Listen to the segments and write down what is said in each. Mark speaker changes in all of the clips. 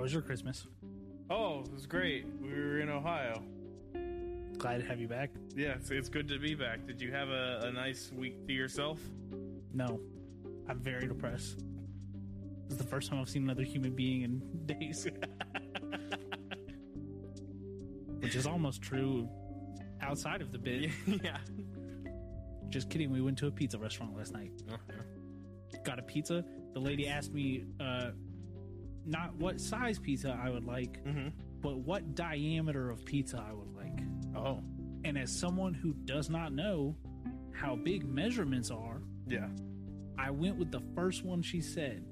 Speaker 1: was your Christmas?
Speaker 2: Oh, it was great. We were in Ohio.
Speaker 1: Glad to have you back.
Speaker 2: Yeah, it's, it's good to be back. Did you have a, a nice week to yourself?
Speaker 1: No, I'm very depressed. This is the first time I've seen another human being in days. Which is almost true outside of the bit.
Speaker 2: yeah.
Speaker 1: Just kidding, we went to a pizza restaurant last night. Got a pizza. The lady asked me uh, not what size pizza I would like,
Speaker 2: Mm-hmm.
Speaker 1: but what diameter of pizza I would like.
Speaker 2: Oh.
Speaker 1: And as someone who does not know how big measurements are,
Speaker 2: Yeah.
Speaker 1: I went with the first one she said,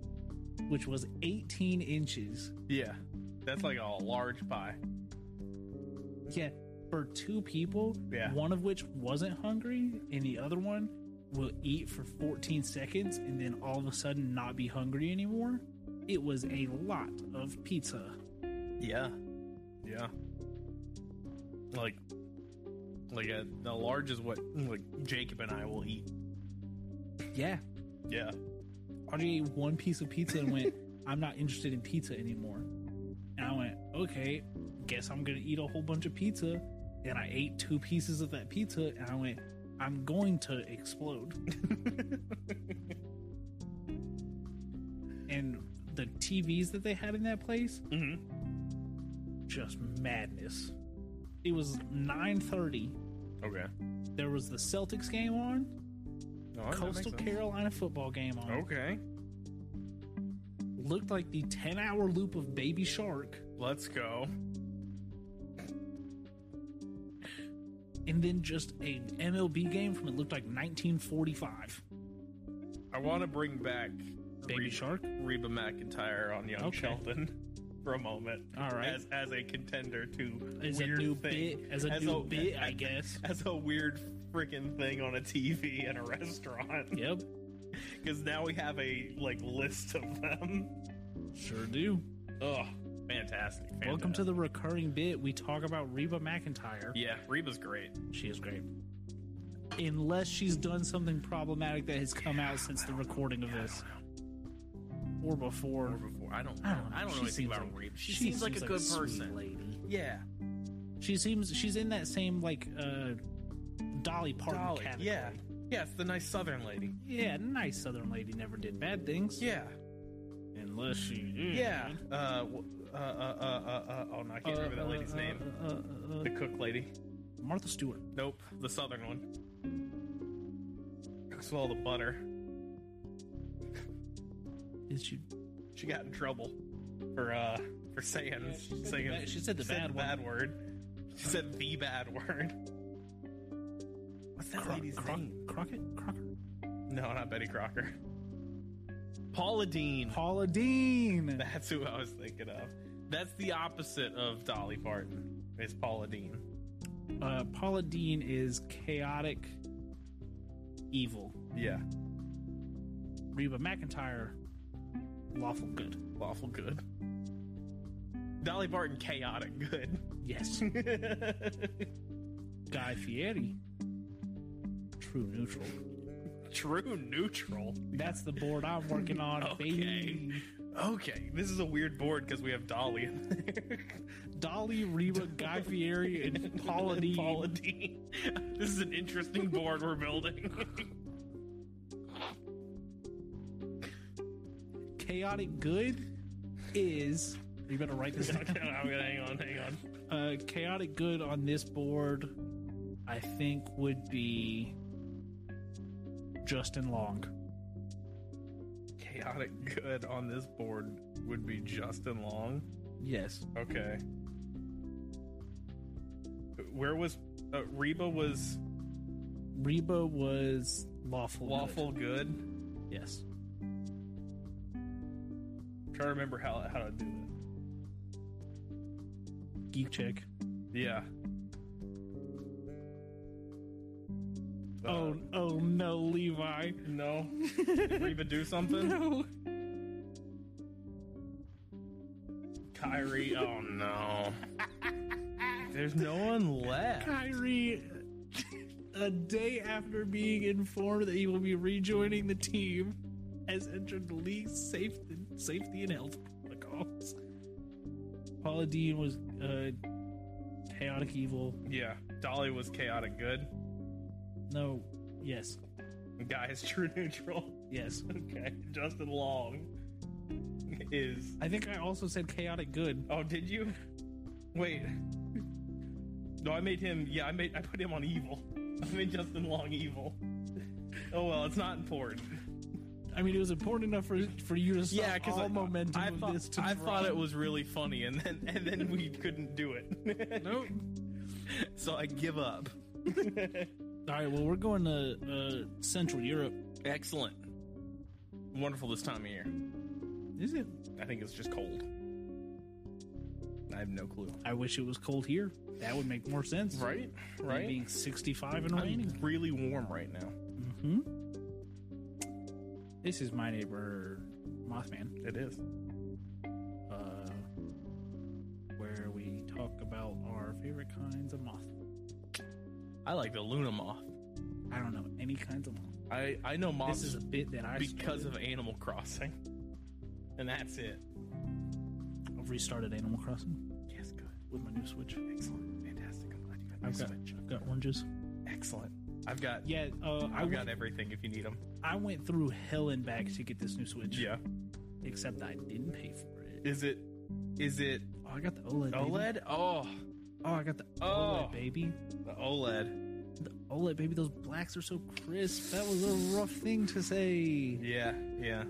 Speaker 1: which was 18 inches.
Speaker 2: Yeah. That's like a large pie.
Speaker 1: Yeah, for two people,
Speaker 2: Yeah.
Speaker 1: one of which wasn't hungry and the other one will eat for 14 seconds and then all of a sudden not be hungry anymore. It was a lot of pizza.
Speaker 2: Yeah. Yeah. Like, like a, the large is what like Jacob and I will eat.
Speaker 1: Yeah.
Speaker 2: Yeah.
Speaker 1: RJ ate one piece of pizza and went, I'm not interested in pizza anymore. And I went, okay, guess I'm going to eat a whole bunch of pizza. And I ate two pieces of that pizza and I went, I'm going to explode. and the TVs that they had in that place, just madness. It was 9.30.
Speaker 2: Okay.
Speaker 1: There was the Celtics game on,
Speaker 2: No,
Speaker 1: Coastal Carolina football game on.
Speaker 2: Okay.
Speaker 1: looked like the 10 hour loop of Baby Shark.
Speaker 2: Let's go.
Speaker 1: And then just a MLB game from it looked like 1945.
Speaker 2: I want to bring back
Speaker 1: Baby Shark?
Speaker 2: Reba McIntyre on Young
Speaker 1: Okay.
Speaker 2: Sheldon for a moment.
Speaker 1: All right.
Speaker 2: as as a contender to
Speaker 1: As a
Speaker 2: weird
Speaker 1: new
Speaker 2: thing.
Speaker 1: bit- as a new bit, I
Speaker 2: as-
Speaker 1: guess.
Speaker 2: as a weird freaking thing on a TV in a restaurant.
Speaker 1: Yep,
Speaker 2: Because now we have a like list of them.
Speaker 1: sure do.
Speaker 2: Ugh, fantastic!
Speaker 1: Welcome to
Speaker 2: fantastic.
Speaker 1: the recurring bit. We talk about Reba McIntyre.
Speaker 2: uh, yeah. Reba's great.
Speaker 1: She is great. Unless she's done something problematic that has come out since the recording of this. Or before.
Speaker 2: Before I don't, I don't, I don't know
Speaker 1: She
Speaker 2: anything
Speaker 1: seems
Speaker 2: about
Speaker 1: like-
Speaker 2: Reba. She, seems, like a good
Speaker 1: sweet
Speaker 2: person.
Speaker 1: lady.
Speaker 2: Yeah,
Speaker 1: She seems she's in that same like uh Dolly Parton
Speaker 2: Dolly.
Speaker 1: category.
Speaker 2: Yeah, yeah. It's the nice Southern lady.
Speaker 1: Yeah, nice southern lady never did bad things.
Speaker 2: Yeah.
Speaker 1: Unless she.
Speaker 2: Yeah. Uh, w- uh, uh, uh, uh, uh, oh, no, I can't remember that
Speaker 1: uh,
Speaker 2: lady's name. the cook lady.
Speaker 1: Martha Stewart.
Speaker 2: Nope. The southern one. Cooks with all the butter.
Speaker 1: Is she?
Speaker 2: She got in trouble for uh for saying
Speaker 1: she said the
Speaker 2: saying
Speaker 1: ba- she said the bad
Speaker 2: word. She said the bad word. What's that lady's name?
Speaker 1: Crockett? Crocker?
Speaker 2: No, not Betty Crocker. Paula Dean.
Speaker 1: Paula Dean.
Speaker 2: That's who I was thinking of. That's the opposite of Dolly Parton. Is Paula Dean.
Speaker 1: Uh, Paula Dean is chaotic, evil.
Speaker 2: Yeah.
Speaker 1: Reba McIntyre, lawful good.
Speaker 2: Lawful good. Dolly Parton chaotic good.
Speaker 1: Yes. Guy Fieri, true neutral.
Speaker 2: True neutral.
Speaker 1: That's the board I'm working on, baby.
Speaker 2: Okay, this is a weird board because we have Dolly in there.
Speaker 1: Dolly, Reba, Guy Fieri, and Paula
Speaker 2: And
Speaker 1: Dean.
Speaker 2: Paula Dean. This is an interesting board we're building.
Speaker 1: chaotic good is you better write this down.
Speaker 2: I'm gonna hang on, hang on.
Speaker 1: Uh, chaotic good on this board, I think, would be Justin Long.
Speaker 2: Chaotic good on this board would be Justin Long.
Speaker 1: Yes,
Speaker 2: Okay. Where was uh, Reba was
Speaker 1: Reba was lawful. good.
Speaker 2: lawful good?
Speaker 1: Yes,
Speaker 2: trying to remember how how to do that.
Speaker 1: geek check.
Speaker 2: Yeah.
Speaker 1: Oh, oh no, Levi.
Speaker 2: Uh, no! Reba do something.
Speaker 1: No.
Speaker 2: Kyrie. Oh no! There's no one left.
Speaker 1: Kyrie. A day after being informed that he will be rejoining the team, has entered the league's safety, safety and health protocols. Paula Dean was uh, chaotic evil.
Speaker 2: Yeah, Dolly was chaotic good.
Speaker 1: No, yes,
Speaker 2: Guy is true neutral.
Speaker 1: yes.
Speaker 2: Okay, Justin Long is.
Speaker 1: I think I also said chaotic good.
Speaker 2: Oh, did you? Wait. No, I made him. Yeah, I made. I put him on evil. I made Justin Long evil. Oh well, it's not important.
Speaker 1: I mean, it was important enough for for you to stop all momentum
Speaker 2: I
Speaker 1: of
Speaker 2: thought,
Speaker 1: this to
Speaker 2: I thought it
Speaker 1: drop.
Speaker 2: was really funny, and then and then we couldn't do it.
Speaker 1: Nope.
Speaker 2: so I give up.
Speaker 1: All right, well, we're going to uh, Central Europe.
Speaker 2: Excellent. Wonderful this time of year.
Speaker 1: Is it?
Speaker 2: I think it's just cold. I have no clue.
Speaker 1: I wish it was cold here. That would make more sense.
Speaker 2: Right?
Speaker 1: Than Being 65 and raining.
Speaker 2: I'm really warm right now.
Speaker 1: hmm This is my neighbor, Mothman,
Speaker 2: It is.
Speaker 1: uh, where we talk about our favorite kinds of moth.
Speaker 2: I like the Luna moth.
Speaker 1: I don't know any kinds of moth.
Speaker 2: I, I know moths
Speaker 1: This is a bit that I
Speaker 2: because
Speaker 1: started.
Speaker 2: of Animal Crossing. And that's it.
Speaker 1: I've restarted Animal Crossing
Speaker 2: Yes, good.
Speaker 1: with my new Switch.
Speaker 2: Excellent. Fantastic. I'm glad you got
Speaker 1: I've
Speaker 2: your
Speaker 1: got,
Speaker 2: Switch.
Speaker 1: I've got oranges.
Speaker 2: Excellent. I've got
Speaker 1: Yeah, uh, I,
Speaker 2: I've Oh, got
Speaker 1: went,
Speaker 2: everything if you need them.
Speaker 1: I went through hell and back to get this new Switch.
Speaker 2: Yeah.
Speaker 1: Except I didn't pay for it.
Speaker 2: Is it is it
Speaker 1: Oh, I got the OLED. baby.
Speaker 2: OLED? Oh,
Speaker 1: Oh, I got the
Speaker 2: Oh.
Speaker 1: OLED baby.
Speaker 2: the E OLED.
Speaker 1: The OLED baby. Those blacks are so crisp. That was a rough thing to say
Speaker 2: Yeah, yeah.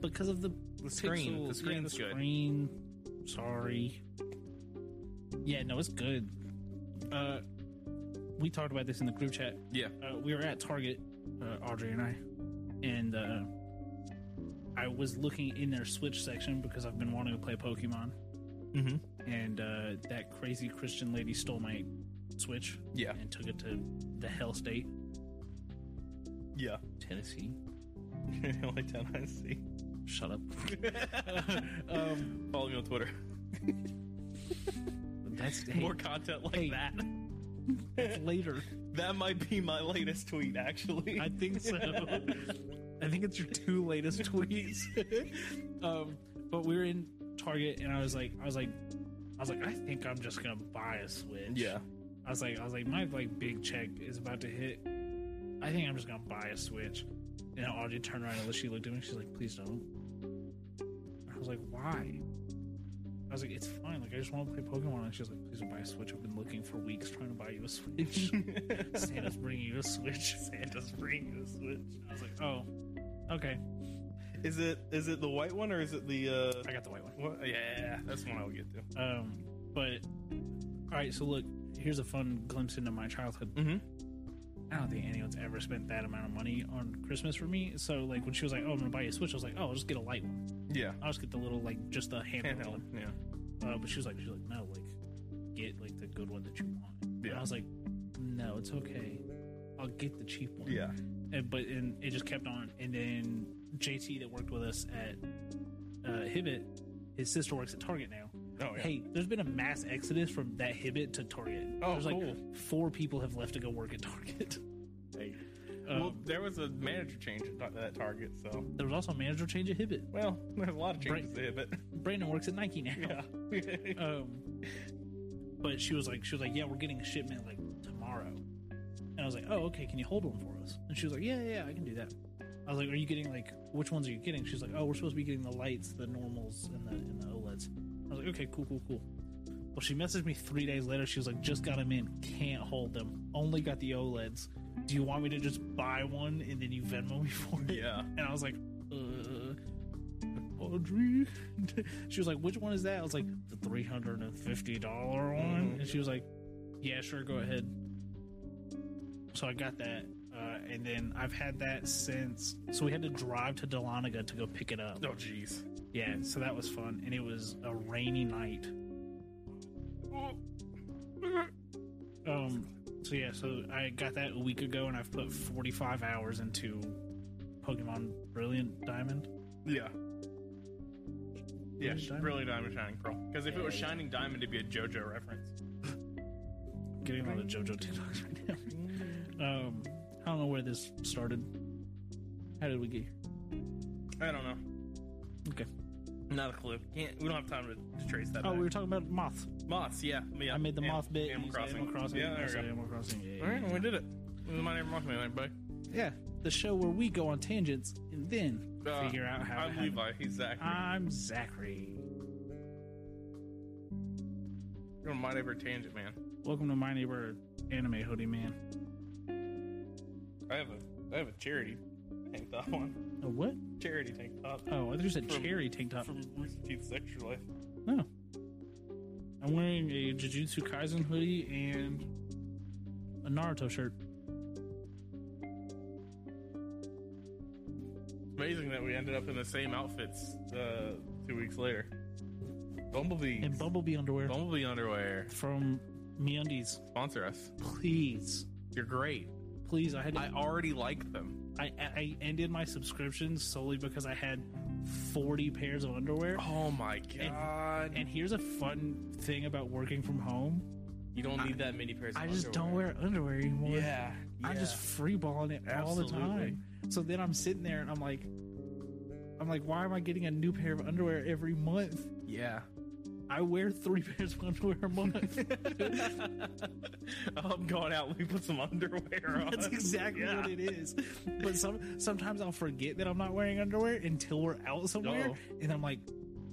Speaker 1: because of the
Speaker 2: The screen.
Speaker 1: pixel-
Speaker 2: the
Speaker 1: yeah,
Speaker 2: screen's
Speaker 1: the
Speaker 2: good.
Speaker 1: Screen. Sorry. Yeah, no, it's good. Uh, we talked about this in the group chat.
Speaker 2: Yeah.
Speaker 1: uh, we were at Target, uh, Audrey and I, and uh, I was looking in their Switch section because I've been wanting to play Pokemon,
Speaker 2: Mm-hmm.
Speaker 1: and uh, that crazy Christian lady stole my Switch
Speaker 2: Yeah.
Speaker 1: and took it to the Hell State,
Speaker 2: Yeah.
Speaker 1: Tennessee.
Speaker 2: the only town I see.
Speaker 1: Shut up.
Speaker 2: um, Follow me on Twitter.
Speaker 1: That's hey,
Speaker 2: More content like
Speaker 1: hey.
Speaker 2: that.
Speaker 1: that's later.
Speaker 2: That might be my latest tweet, actually.
Speaker 1: I think so. I think it's your two latest tweets. um, but we were in Target, and I was like, I was like, I was like, I think I'm just gonna buy a Switch.
Speaker 2: yeah.
Speaker 1: I was like, I was like, my like big check is about to hit. I think I'm just gonna buy a Switch. And Audrey turned around and she looked at me. She's like, please don't. I was like, why? I was like, it's fine. Like, I just want to play Pokemon. And she was like, please don't buy a Switch. I've been looking for weeks trying to buy you a Switch. Santa's bringing you a Switch.
Speaker 2: Santa's bringing you a switch.
Speaker 1: I was like, oh, okay.
Speaker 2: Is it is it the white one or is it the uh?
Speaker 1: I got the white one.
Speaker 2: What? Yeah, that's one I would get to.
Speaker 1: Um, but all right. So look, here's a fun glimpse into my childhood.
Speaker 2: Mm-hmm.
Speaker 1: I don't think anyone's ever spent that amount of money on Christmas for me. So like when she was like, "Oh, I'm gonna buy you a Switch," I was like, "Oh, I'll just get a light one.
Speaker 2: Yeah.
Speaker 1: I'll just get the little like just the handheld."
Speaker 2: Handheld.
Speaker 1: one."
Speaker 2: Yeah.
Speaker 1: Uh, but she was like, "She's like, no, like get like the good one that you want." And
Speaker 2: Yeah.
Speaker 1: I was like, "No, it's okay. I'll get the cheap one."
Speaker 2: Yeah.
Speaker 1: And, but and it just kept on. And then JT that worked with us at uh, Hibbit, his sister works at Target now.
Speaker 2: Oh yeah.
Speaker 1: Hey, there's been a mass exodus from that Hibbit to Target.
Speaker 2: Oh,
Speaker 1: there's
Speaker 2: cool.
Speaker 1: like four people have left to go work at Target.
Speaker 2: well,
Speaker 1: Um,
Speaker 2: there was a manager change at Tar- that Target, so
Speaker 1: There was also a manager change at Hibbit.
Speaker 2: well, there's a lot of changes there, but
Speaker 1: Brandon works at Nike now.
Speaker 2: yeah.
Speaker 1: Um, but she was like, she was like, yeah, we're getting a shipment like tomorrow. And I was like, oh, okay, can you hold one for us? And she was like, yeah, yeah, I can do that. I was like, are you getting like which ones are you getting? She's like, oh, we're supposed to be getting the lights, the normals, and the and the OLEDs. I was like, okay, cool, cool, cool. Well, she messaged me three days later. She was like, just got them in, can't hold them, only got the OLEDs. Do you want me to just buy one and then you Venmo me for it?
Speaker 2: yeah.
Speaker 1: And I was like, uh, Audrey. she was like, which one is that? I was like, the $350 one.
Speaker 2: Mhm.
Speaker 1: And she was like, yeah, sure, go ahead. So I got that. Uh, and then I've had that since. So we had to drive to Dahlonega to go pick it up.
Speaker 2: Oh jeez.
Speaker 1: Yeah, so that was fun. And it was a rainy night. Um. So yeah, so I got that a week ago, and I've put 45 hours into Pokemon Brilliant Diamond.
Speaker 2: Yeah. Yeah,
Speaker 1: Brilliant Diamond?
Speaker 2: really diamond shining pearl. Because if it was
Speaker 1: Yeah, yeah.
Speaker 2: shining diamond, it'd be a JoJo reference.
Speaker 1: getting a lot of JoJo TikToks right now. Um, I don't know where this started. How did we get here?
Speaker 2: I don't know.
Speaker 1: Okay.
Speaker 2: Not a clue. Can't, we don't have time to, to trace that.
Speaker 1: Oh,
Speaker 2: back.
Speaker 1: we were talking about moths.
Speaker 2: Moths, yeah. yeah.
Speaker 1: I made the
Speaker 2: An-
Speaker 1: moth bit.
Speaker 2: Animal
Speaker 1: you said
Speaker 2: Crossing.
Speaker 1: Animal Crossing. I
Speaker 2: Yeah, there we
Speaker 1: said
Speaker 2: go.
Speaker 1: Animal Crossing. Yeah, yeah,
Speaker 2: All right,
Speaker 1: yeah.
Speaker 2: well, we did it. This is my name, Rockman, everybody.
Speaker 1: Yeah, the show where we go on tangents and then
Speaker 2: Uh,
Speaker 1: figure out how. it
Speaker 2: I'm
Speaker 1: happened.
Speaker 2: Levi. He's Zach.
Speaker 1: I'm Zachary.
Speaker 2: You're on my neighbor tangent, man.
Speaker 1: Welcome to my neighbor anime hoodie man.
Speaker 2: I have a I have a charity tank top on.
Speaker 1: A what?
Speaker 2: Charity tank top
Speaker 1: Oh, there's a
Speaker 2: From-
Speaker 1: cherry tank top.
Speaker 2: from Rooster Teeth Sexual Life.
Speaker 1: No. I'm wearing a Jujutsu Kaisen hoodie and a Naruto shirt.
Speaker 2: Amazing that we ended up in the same outfits uh, two weeks later. Bumblebee.
Speaker 1: And Bumblebee underwear
Speaker 2: Bumblebee underwear.
Speaker 1: from MeUndies.
Speaker 2: Sponsor us.
Speaker 1: Please.
Speaker 2: You're great.
Speaker 1: Please, I had
Speaker 2: I
Speaker 1: I,
Speaker 2: already like them.
Speaker 1: I, I ended my subscription solely because I had 40 pairs of underwear.
Speaker 2: Oh my god.
Speaker 1: And here's a fun thing about working from home.
Speaker 2: you don't need that many pairs of
Speaker 1: I just don't
Speaker 2: underwear.
Speaker 1: wear underwear anymore.
Speaker 2: Yeah.
Speaker 1: I'm
Speaker 2: yeah.
Speaker 1: just freeballing it all the
Speaker 2: Absolutely.
Speaker 1: time. So then I'm sitting there and I'm like, I'm like, why am I getting a new pair of underwear every month?
Speaker 2: Yeah.
Speaker 1: I wear three pairs of underwear a month.
Speaker 2: I'm going out. We put some underwear on.
Speaker 1: That's exactly
Speaker 2: Yeah.
Speaker 1: what it is. But some sometimes I'll forget that I'm not wearing underwear until we're out somewhere,
Speaker 2: Oh.
Speaker 1: and I'm like,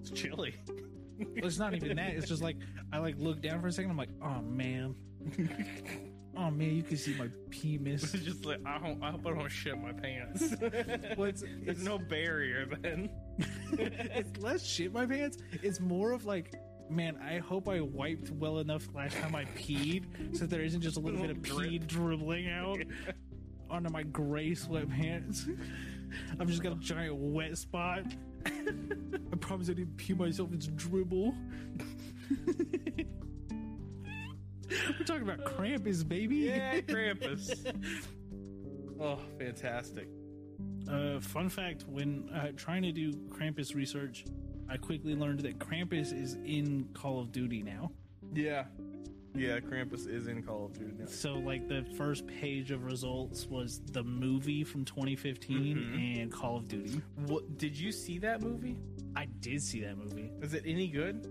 Speaker 2: It's chilly.
Speaker 1: it's not even that. It's just like I like look down for a second. I'm like, oh man, oh man, you can see my penis.
Speaker 2: It's just like I don't. I hope I don't shit my pants. There's
Speaker 1: Well, it's, it's
Speaker 2: no barrier then.
Speaker 1: it's less shit my pants. It's more of like, man, I hope I wiped well enough last time I peed, so there isn't just a little bit of pee dribbling out onto my gray sweatpants. I've just got a giant wet spot. I promise I didn't pee myself. It's dribble. We're talking about Krampus, baby.
Speaker 2: Yeah, Krampus. oh, fantastic!
Speaker 1: Uh, fun fact: When uh, trying to do Krampus research, I quickly learned that Krampus is in Call of Duty now.
Speaker 2: Yeah, yeah. Krampus is in Call of Duty now.
Speaker 1: So, like the first page of results was the movie from 2015
Speaker 2: Mm-hmm.
Speaker 1: and Call of Duty.
Speaker 2: What did you see that movie?
Speaker 1: I did see that movie.
Speaker 2: Is it any good?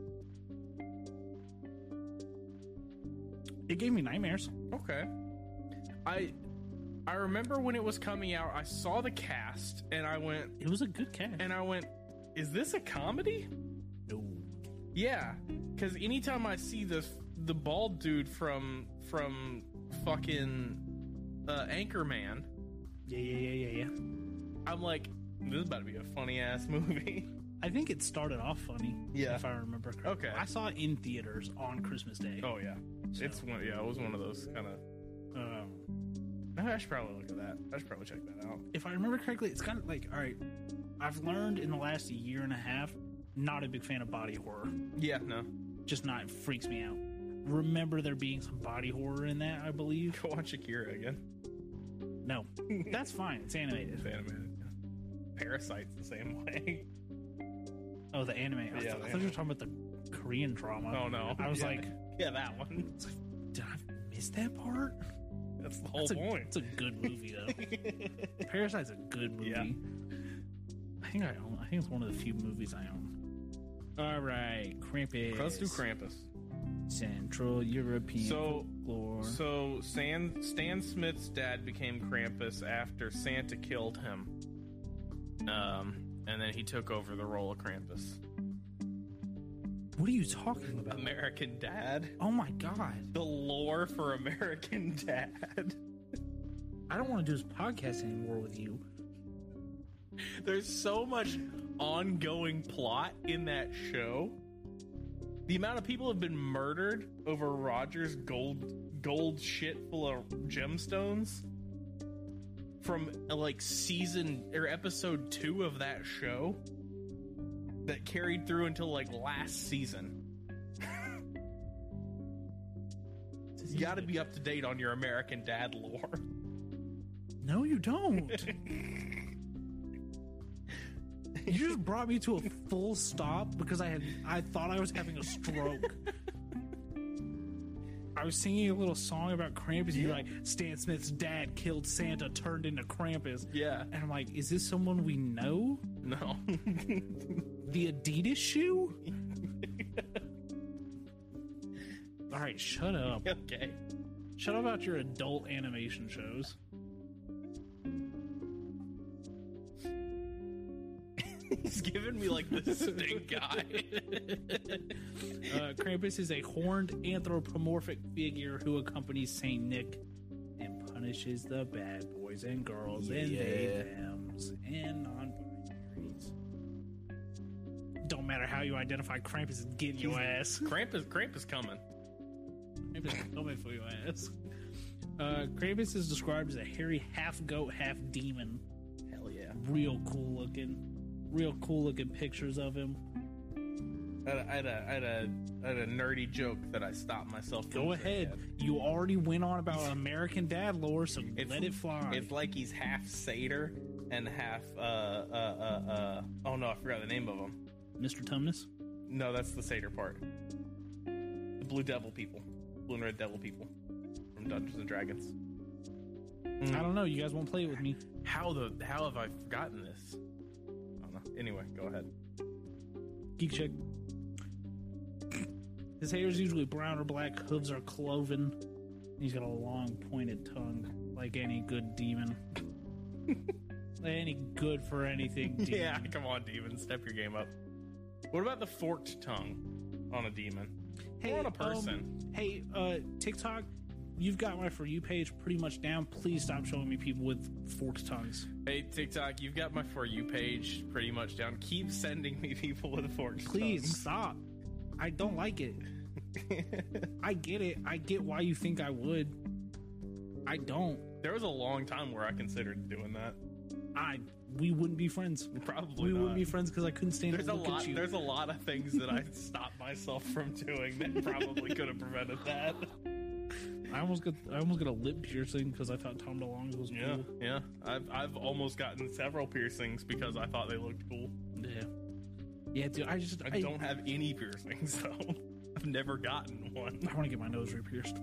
Speaker 1: It gave me nightmares.
Speaker 2: Okay. I I remember when it was coming out. I saw the cast and I went
Speaker 1: It was a good cast. Oh,
Speaker 2: and I went. Is this a comedy?
Speaker 1: No.
Speaker 2: Yeah, because anytime I see the the bald dude from from fucking uh, Anchorman,
Speaker 1: Yeah, yeah, yeah, yeah, yeah.
Speaker 2: I'm like, this is about to be a funny ass movie.
Speaker 1: I think it started off funny.
Speaker 2: Yeah.
Speaker 1: If I remember correctly.
Speaker 2: Okay.
Speaker 1: I saw it in theaters on Christmas Day.
Speaker 2: Oh yeah,
Speaker 1: So,
Speaker 2: it's one. Yeah, it was one of those kind of.
Speaker 1: um,
Speaker 2: I should probably look at that. I should probably check that out.
Speaker 1: if I remember correctly, it's kind of like all right. I've learned in the last year and a half, not a big fan of body horror.
Speaker 2: Yeah, no,
Speaker 1: Just not it freaks me out. Remember there being some body horror in that, I believe.
Speaker 2: go watch Akira again.
Speaker 1: No, that's fine. It's
Speaker 2: It's
Speaker 1: animated.
Speaker 2: animated. Parasite's the same way.
Speaker 1: Oh, the anime. I,
Speaker 2: Yeah,
Speaker 1: thought,
Speaker 2: the
Speaker 1: I thought you were talking about the Korean drama.
Speaker 2: Oh no,
Speaker 1: I was
Speaker 2: Yeah.
Speaker 1: like,
Speaker 2: yeah, that one.
Speaker 1: did I miss that part?
Speaker 2: That's the whole
Speaker 1: That's a,
Speaker 2: point.
Speaker 1: it's a good movie though. Parasite's a good movie.
Speaker 2: Yeah.
Speaker 1: I think I own. I think it's one of the few movies I own. All right, Krampus.
Speaker 2: Let's do Krampus.
Speaker 1: Central European
Speaker 2: So-
Speaker 1: folklore.
Speaker 2: So Stan, Stan Smith's dad became Krampus after Santa killed him, um, and then he took over the role of Krampus.
Speaker 1: what are you talking about?
Speaker 2: American Dad.
Speaker 1: Oh my god!
Speaker 2: The lore for American Dad.
Speaker 1: I don't want to do this podcast anymore with you.
Speaker 2: There's so much ongoing plot in that show. The amount of people have been murdered over Roger's gold gold shit full of gemstones from like season or episode 2 of that show that carried through until like last season. You got to be up to date on your American Dad lore.
Speaker 1: No, you don't. you just brought me to a full stop because I had I thought I was having a stroke. I was singing a little song about Krampus. and You're
Speaker 2: Yeah.
Speaker 1: like, Stan Smith's dad killed Santa, turned into Krampus.
Speaker 2: Yeah.
Speaker 1: And I'm like, is this someone we know?
Speaker 2: No.
Speaker 1: The Adidas shoe? All right, shut up.
Speaker 2: okay.
Speaker 1: Shut up about your adult animation shows.
Speaker 2: He's giving me like the stink eye.
Speaker 1: Uh, Krampus is a horned anthropomorphic figure who accompanies Saint Nick and punishes the bad boys and girls and they
Speaker 3: Yeah.
Speaker 1: thems and non-binaries. Don't matter how you identify, Krampus is getting your ass.
Speaker 2: Krampus, Krampus coming.
Speaker 1: Krampus is coming for your ass. Uh, Krampus is described as a hairy half goat, half demon.
Speaker 2: Hell yeah.
Speaker 1: Real cool looking. Real cool looking pictures of him.
Speaker 2: I had, a, I, had a, I, had a, I had a nerdy joke that I stopped myself. from
Speaker 1: Go
Speaker 2: saying.
Speaker 1: ahead. You already went on about American Dad lore, so
Speaker 2: It's-
Speaker 1: let it fly.
Speaker 2: It's like he's half satyr and half uh uh uh uh. Oh no, I forgot the name of him.
Speaker 1: Mr. Tumnus?
Speaker 2: No, that's the satyr part. The blue devil people, blue and red devil people from Dungeons and Dragons.
Speaker 1: I don't know. You guys won't play it with me.
Speaker 2: How the how have I forgotten this? I don't know. Anyway, go ahead.
Speaker 1: Geek check. His hair is usually brown or black. Hooves are cloven. He's got a long, pointed tongue, like any good demon. any good for anything. Demon.
Speaker 2: Yeah, come on, demon, step your game up. What about the forked tongue on a demon? Or on a
Speaker 1: um,
Speaker 2: person.
Speaker 1: hey, uh, TikTok, you've got my for you page pretty much down. Please stop showing me people with forked tongues.
Speaker 2: Hey TikTok, you've got my for you page pretty much down. Keep sending me people with forked
Speaker 1: Please
Speaker 2: tongues.
Speaker 1: stop. I don't like it. I get it. I get why you think I would. I don't.
Speaker 2: There was a long time where I considered doing that.
Speaker 1: I we wouldn't be friends.
Speaker 2: Probably
Speaker 1: We
Speaker 2: not.
Speaker 1: wouldn't be friends because I couldn't stand
Speaker 2: there's
Speaker 1: to
Speaker 2: a
Speaker 1: look
Speaker 2: lot.
Speaker 1: at you.
Speaker 2: There's a lot of things that I stopped myself from doing that probably could have prevented that.
Speaker 1: I almost got I almost got a lip piercing because I thought Tom DeLonge was
Speaker 2: Yeah,
Speaker 1: cool.
Speaker 2: yeah. I've I've almost gotten several piercings because I thought they looked cool.
Speaker 1: Yeah, yeah, dude. I just I,
Speaker 2: I don't have any piercings though. I've never gotten one.
Speaker 1: I want to get my nose re-pierced.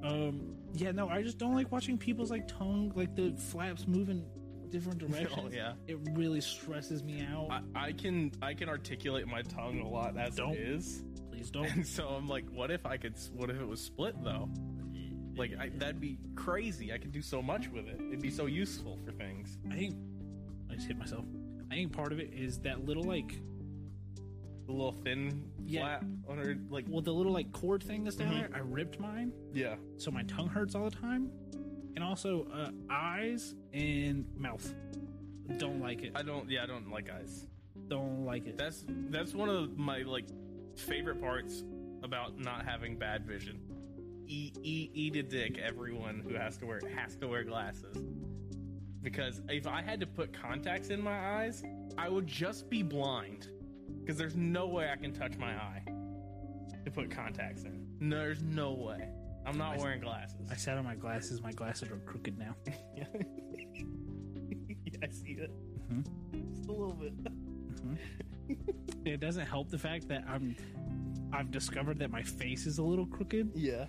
Speaker 1: Um, yeah, no, I just don't like watching people's like tongue, like the flaps moving different directions.
Speaker 2: Oh yeah.
Speaker 1: It really stresses me out.
Speaker 2: I, I can I can articulate my tongue a lot as
Speaker 1: Don't.
Speaker 2: it is,
Speaker 1: Please don't.
Speaker 2: and so I'm like, what if I could? s- What if it was split though? Like I, that'd be crazy. I could do so much with it. It'd be so useful for things.
Speaker 1: I think I just hit myself. I think part of it is that little like
Speaker 2: the little thin
Speaker 1: Yeah.
Speaker 2: flap on her like
Speaker 1: well the little like cord thing that's down there.
Speaker 2: Mhm.
Speaker 1: I ripped mine.
Speaker 2: yeah
Speaker 1: so my tongue hurts all the time and also uh, eyes and mouth don't like it
Speaker 2: i don't yeah i don't like eyes
Speaker 1: don't like it
Speaker 2: that's that's one of my like favorite parts about not having bad vision eat eat eat a dick everyone who has to wear has to wear glasses because if i had to put contacts in my eyes i would just be blind because there's no way i can touch my eye to put contacts in no there's no way i'm not wearing glasses
Speaker 1: i sat on my glasses my glasses are crooked now
Speaker 2: Yeah. yeah, I see it. Just a little bit.
Speaker 1: it doesn't help the fact that i'm i've discovered that my face is a little crooked
Speaker 2: Yeah.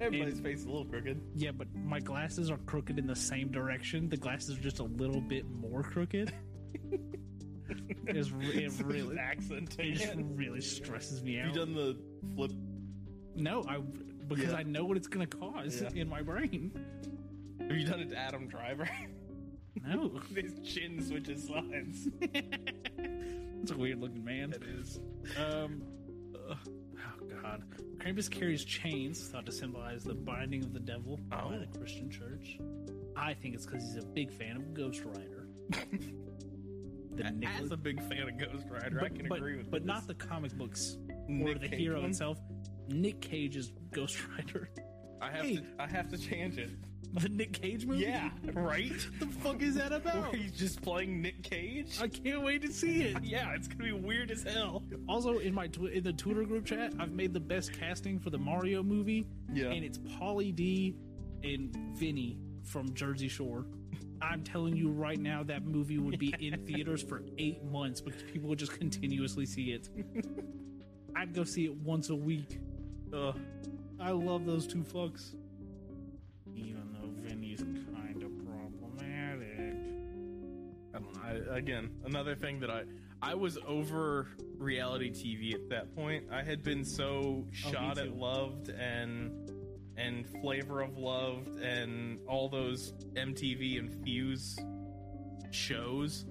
Speaker 2: Everybody's face is a little crooked.
Speaker 1: yeah but my glasses are crooked in the same direction the glasses are just a little bit more crooked it's, re- it really
Speaker 2: accent.
Speaker 1: it just
Speaker 2: Have
Speaker 1: really stresses me
Speaker 2: you
Speaker 1: out
Speaker 2: done the flip?
Speaker 1: no i because
Speaker 2: Yeah.
Speaker 1: i know what it's going to cause
Speaker 2: Yeah.
Speaker 1: in my brain
Speaker 2: Have you done it to Adam Driver?
Speaker 1: no
Speaker 2: His chin switches sides.
Speaker 1: It's a weird looking man.
Speaker 2: It is.
Speaker 1: Um, ugh. oh God, Krampus carries chains thought to symbolize the binding of the devil by
Speaker 2: Oh.
Speaker 1: the Christian Church. I think it's because he's a big fan of Ghost Rider. the
Speaker 2: As
Speaker 1: Nicholas,
Speaker 2: a big fan of Ghost Rider, I can
Speaker 1: but,
Speaker 2: agree with
Speaker 1: but
Speaker 2: this.
Speaker 1: not the comic books or
Speaker 2: Nick
Speaker 1: the
Speaker 2: Cage
Speaker 1: hero
Speaker 2: one?
Speaker 1: itself. Nick Cage's Ghost Rider,
Speaker 2: I have
Speaker 1: Hey.
Speaker 2: to. I have to change it.
Speaker 1: the Nick Cage movie.
Speaker 2: Yeah, right.
Speaker 1: the fuck is that
Speaker 2: Where
Speaker 1: about?
Speaker 2: he's just playing Nick Cage.
Speaker 1: I can't wait to see it.
Speaker 2: yeah, it's gonna be weird as hell.
Speaker 1: Also, in my tw- in the Twitter group chat, I've made the best casting for the Mario movie.
Speaker 2: Yeah.
Speaker 1: and it's Pauly D and Vinny from Jersey Shore. I'm telling you right now, that movie would be in theaters for eight months because people would just continuously see it. I'd go see it once a week.
Speaker 2: Ugh.
Speaker 1: I love those two fucks. Even though Vinny's kind of problematic.
Speaker 2: I don't know. I, again, another thing that I I was over reality TV at that point. I had been so shot
Speaker 1: too.
Speaker 2: at loved and and flavor of loved and all those MTV and Fuse shows.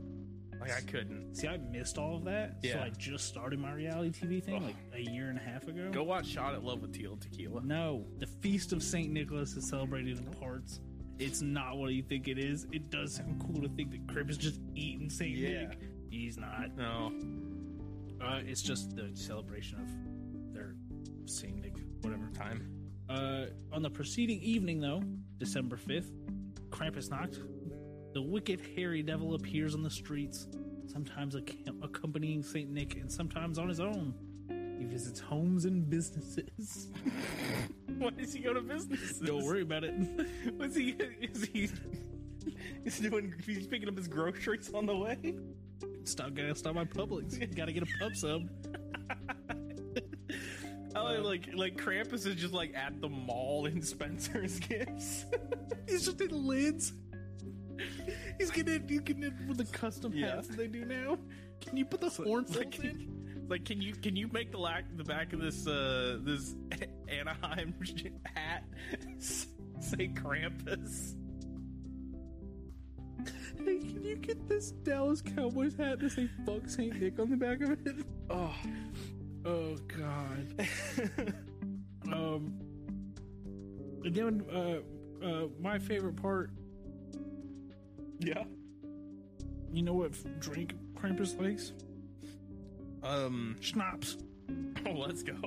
Speaker 2: Like I couldn't
Speaker 1: See, I missed all of that, so
Speaker 2: Yeah.
Speaker 1: I just started my reality TV thing
Speaker 2: Ugh.
Speaker 1: like a year and a half ago.
Speaker 2: go watch Shot at Love with Teal Tequila.
Speaker 1: No, the Feast of Saint Nicholas is celebrated in parts. It's not what you think it is. It does sound cool to think that Crib is just eating Saint
Speaker 2: Yeah.
Speaker 1: Nick. He's not.
Speaker 2: No,
Speaker 1: Uh, it's just the celebration of their Saint Nick, whatever.
Speaker 2: time.
Speaker 1: Uh, on the preceding evening, though, December 5th, Krampus knocked. The wicked hairy devil appears on the streets, sometimes accom- accompanying St. Nick and sometimes on his own. He visits homes and businesses.
Speaker 2: Why does he go to business?
Speaker 1: Don't worry about it.
Speaker 2: Was he? Is he? He's doing. He's picking up his groceries on the way.
Speaker 1: Stop, gotta stop by Publix. Gotta get a pub sub.
Speaker 2: I like- Oh, like like Krampus is just like at the mall in Spencer's gifts.
Speaker 1: He's just in lids. He's getting it, he's getting it with the custom
Speaker 2: Yeah.
Speaker 1: hats that they do now. Can you put the horn
Speaker 2: It's like,
Speaker 1: frills in?
Speaker 2: it's like, can you can you make the lack the back of this uh this Anaheim hat say Krampus?
Speaker 1: Hey, can you get this Dallas Cowboys hat to say fuck St. Nick on the back of it?
Speaker 2: Oh,
Speaker 1: Oh god. um and then uh uh my favorite part,
Speaker 2: yeah.
Speaker 1: you know what f- drink Krampus likes?
Speaker 2: Um,
Speaker 1: Schnapps.
Speaker 2: let's go.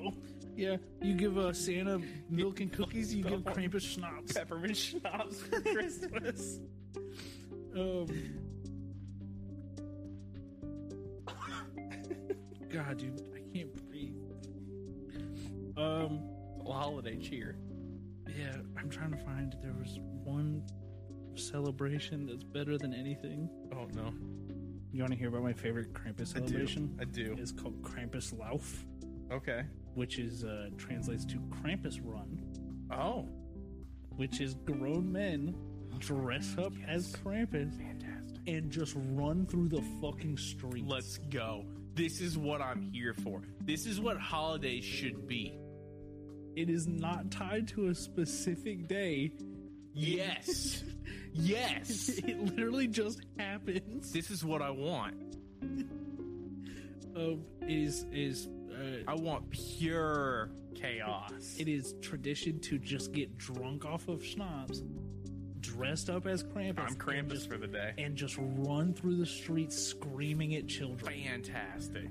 Speaker 1: Yeah. You give uh Santa milk and cookies, you give Krampus schnapps.
Speaker 2: Peppermint schnapps for Christmas.
Speaker 1: Um God dude, I can't breathe. Um
Speaker 2: Holiday cheer.
Speaker 1: Yeah, I'm trying to find. There was one celebration that's better than anything.
Speaker 2: Oh no,
Speaker 1: You want to hear about my favorite Krampus
Speaker 2: I do.
Speaker 1: celebration?
Speaker 2: I do.
Speaker 1: It's called Krampus Lauf,
Speaker 2: Okay.
Speaker 1: which is uh, translates to Krampus Run,
Speaker 2: Oh,
Speaker 1: which is grown men dress up as Krampus
Speaker 2: fantastic.
Speaker 1: and just run through the fucking streets.
Speaker 2: Let's go. This is what I'm here for. This is what holidays should be.
Speaker 1: It is not tied to a specific day.
Speaker 2: Yes. yes.
Speaker 1: It literally just happens.
Speaker 2: This is what I want.
Speaker 1: Um, it is is uh,
Speaker 2: I want pure chaos.
Speaker 1: it is tradition to just get drunk off of schnapps, dressed up as Krampus,
Speaker 2: I'm
Speaker 1: and
Speaker 2: Krampus
Speaker 1: just,
Speaker 2: for the day.
Speaker 1: and just run through the streets screaming at children
Speaker 2: Fantastic.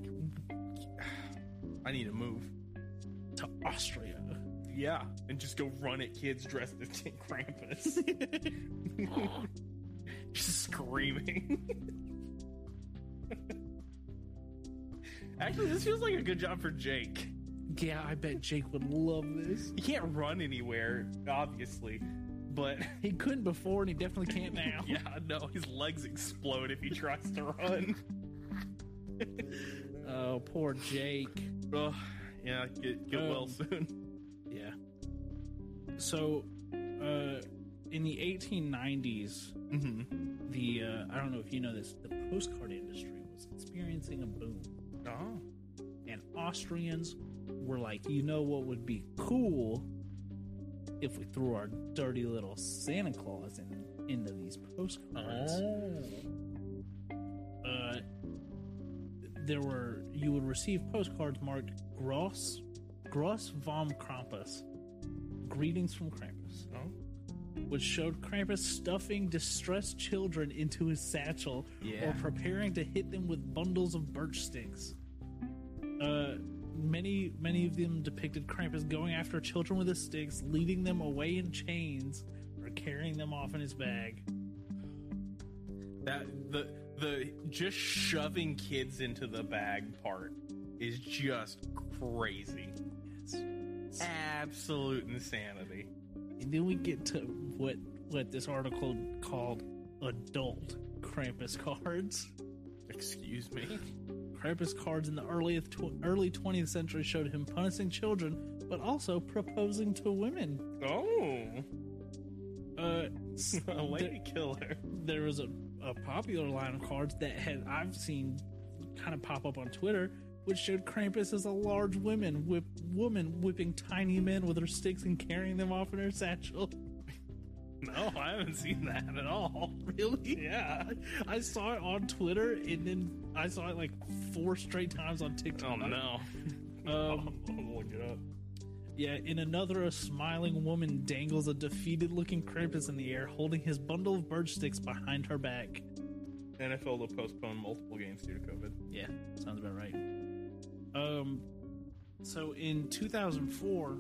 Speaker 2: I need to move.
Speaker 1: to Austria.
Speaker 2: Yeah. And just go run at kids dressed as King Krampus. just screaming. Actually, this feels like a good job for Jake.
Speaker 1: Yeah, I bet Jake would love this.
Speaker 2: He can't run anywhere, obviously, but
Speaker 1: He couldn't before, and he definitely can't now.
Speaker 2: yeah, no, his legs explode if he tries to run.
Speaker 1: Oh, poor Jake.
Speaker 2: Ugh, Oh, yeah, get, get well
Speaker 1: Um,
Speaker 2: soon.
Speaker 1: Yeah. So, uh, in the 1890s,
Speaker 2: Mm-hmm.
Speaker 1: the uh, I don't know if you know this, the postcard industry was experiencing a boom.
Speaker 2: Oh,
Speaker 1: and Austrians were like, you know what would be cool if we threw our dirty little Santa Claus in, into these postcards.
Speaker 2: oh.
Speaker 1: Uh, there were you would receive postcards marked Gross Gross vom Krampus, greetings from Krampus,
Speaker 2: Oh.
Speaker 1: which showed Krampus stuffing distressed children into his satchel
Speaker 2: Yeah.
Speaker 1: or preparing to hit them with bundles of birch sticks. Uh, many many of them depicted Krampus going after children with his sticks, leading them away in chains, or carrying them off in his bag.
Speaker 2: that the the just shoving kids into the bag part is just crazy. Absolute insanity.
Speaker 1: And then we get to what what this article called adult Krampus cards.
Speaker 2: Excuse me.
Speaker 1: Creepus cards in the early tw- early 20th century showed him punishing children, but also proposing to women.
Speaker 2: Oh,
Speaker 1: Uh,
Speaker 2: a lady killer.
Speaker 1: there was a, a popular line of cards that had I've seen kind of pop up on Twitter, which showed Krampus as a large woman whip woman whipping tiny men with her sticks and carrying them off in her satchel.
Speaker 2: No, I haven't seen that at all.
Speaker 1: Really?
Speaker 2: Yeah.
Speaker 1: I saw it on Twitter and then I saw it like four straight times on TikTok.
Speaker 2: Oh no.
Speaker 1: Um,
Speaker 2: I'll look it up.
Speaker 1: yeah, in another, a smiling woman dangles a defeated looking Krampus in the air, holding his bundle of bird sticks behind her back.
Speaker 2: NFL will postpone multiple games due to COVID.
Speaker 1: Yeah, sounds about right. Um, so in 2004,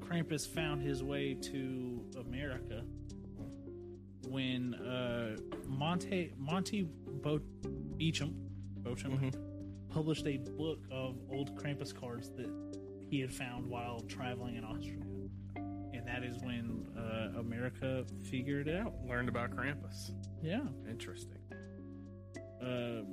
Speaker 1: Krampus found his way to America when uh, Monte Monty Bo- Beecham, Bochum published a book of old Krampus cards that he had found while traveling in Austria, and that is when uh, America figured it out.
Speaker 2: Learned about Krampus.
Speaker 1: Yeah.
Speaker 2: Interesting.
Speaker 1: Um,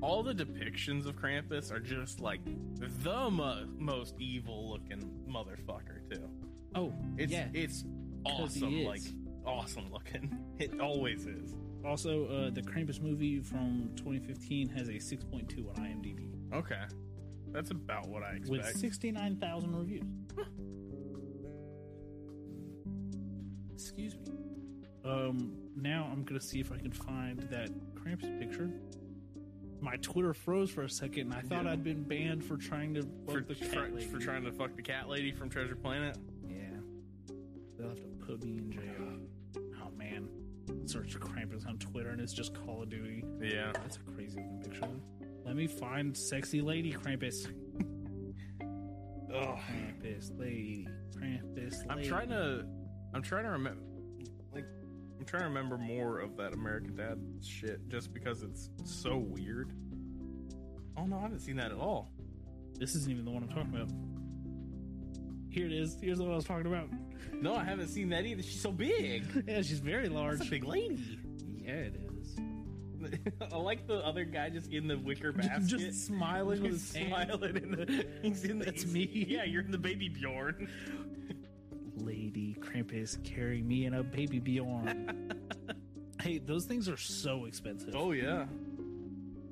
Speaker 2: All the depictions of Krampus are just like the mo- most evil looking motherfucker too.
Speaker 1: oh,
Speaker 2: It's
Speaker 1: yeah.
Speaker 2: it's
Speaker 1: 'Cause he
Speaker 2: awesome,
Speaker 1: is.
Speaker 2: like awesome looking. It always is.
Speaker 1: Also, uh, the Krampus movie from 2015 has a 6.2 on IMDb
Speaker 2: Okay, that's about what I
Speaker 1: with
Speaker 2: expect.
Speaker 1: 69,000 reviews.
Speaker 2: Excuse me.
Speaker 1: Um, now I'm gonna see if I can find that Krampus picture. My Twitter froze for a second, and I thought
Speaker 2: Yeah.
Speaker 1: I'd been banned for trying to
Speaker 2: For,
Speaker 1: fuck the cat
Speaker 2: try-
Speaker 1: lady.
Speaker 2: for trying to fuck the cat lady from Treasure Planet.
Speaker 1: Yeah, they'll have to put me in jail. Oh man, search Krampus on Twitter, and it's just Call of Duty.
Speaker 2: Yeah.
Speaker 1: That's a crazy looking picture. Let me find sexy lady Krampus.
Speaker 2: Ugh.
Speaker 1: Krampus lady. Krampus lady.
Speaker 2: I'm trying to. I'm trying to remember. Like, I'm trying to remember more of that American Dad shit, just because it's so weird. Oh no, I haven't seen that at all.
Speaker 1: This isn't even the one I'm talking about. Here it is. Here's the one I was talking about.
Speaker 2: No, I haven't seen that either. She's so big.
Speaker 1: yeah, she's very large.
Speaker 2: That's a big lady.
Speaker 1: Yeah, it is.
Speaker 2: I like the other guy just in the wicker basket.
Speaker 1: Just smiling with
Speaker 2: He's
Speaker 1: his hand.
Speaker 2: smiling in the. He's in the.
Speaker 1: That's me.
Speaker 2: Yeah, you're in the baby Bjorn.
Speaker 1: Lady Krampus carrying me in a baby Bjorn. hey, those things are so expensive.
Speaker 2: Oh yeah,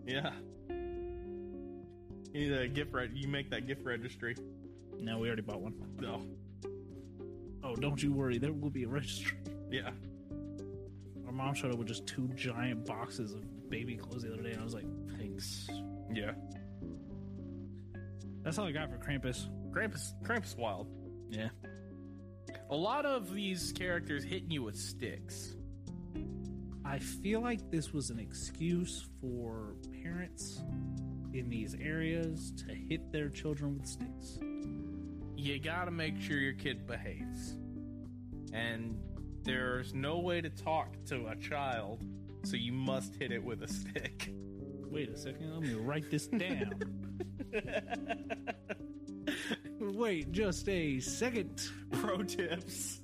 Speaker 2: yeah. You need a gift reg- You make that gift registry.
Speaker 1: No, we already bought one.
Speaker 2: No.
Speaker 1: Oh, don't you worry. There will be a registry.
Speaker 2: Yeah.
Speaker 1: Our mom showed up with just two giant boxes of baby clothes the other day, and I was like, thanks.
Speaker 2: Yeah.
Speaker 1: That's all I got for Krampus.
Speaker 2: Krampus. Krampus wild.
Speaker 1: Yeah.
Speaker 2: A lot of these characters hitting you with sticks.
Speaker 1: I feel like this was an excuse for parents in these areas to hit their children with sticks.
Speaker 2: You gotta make sure your kid behaves. And there's no way to talk to a child, so you must hit it with a stick.
Speaker 1: Wait a second, let me write this down. Wait just a second.
Speaker 2: Pro tips.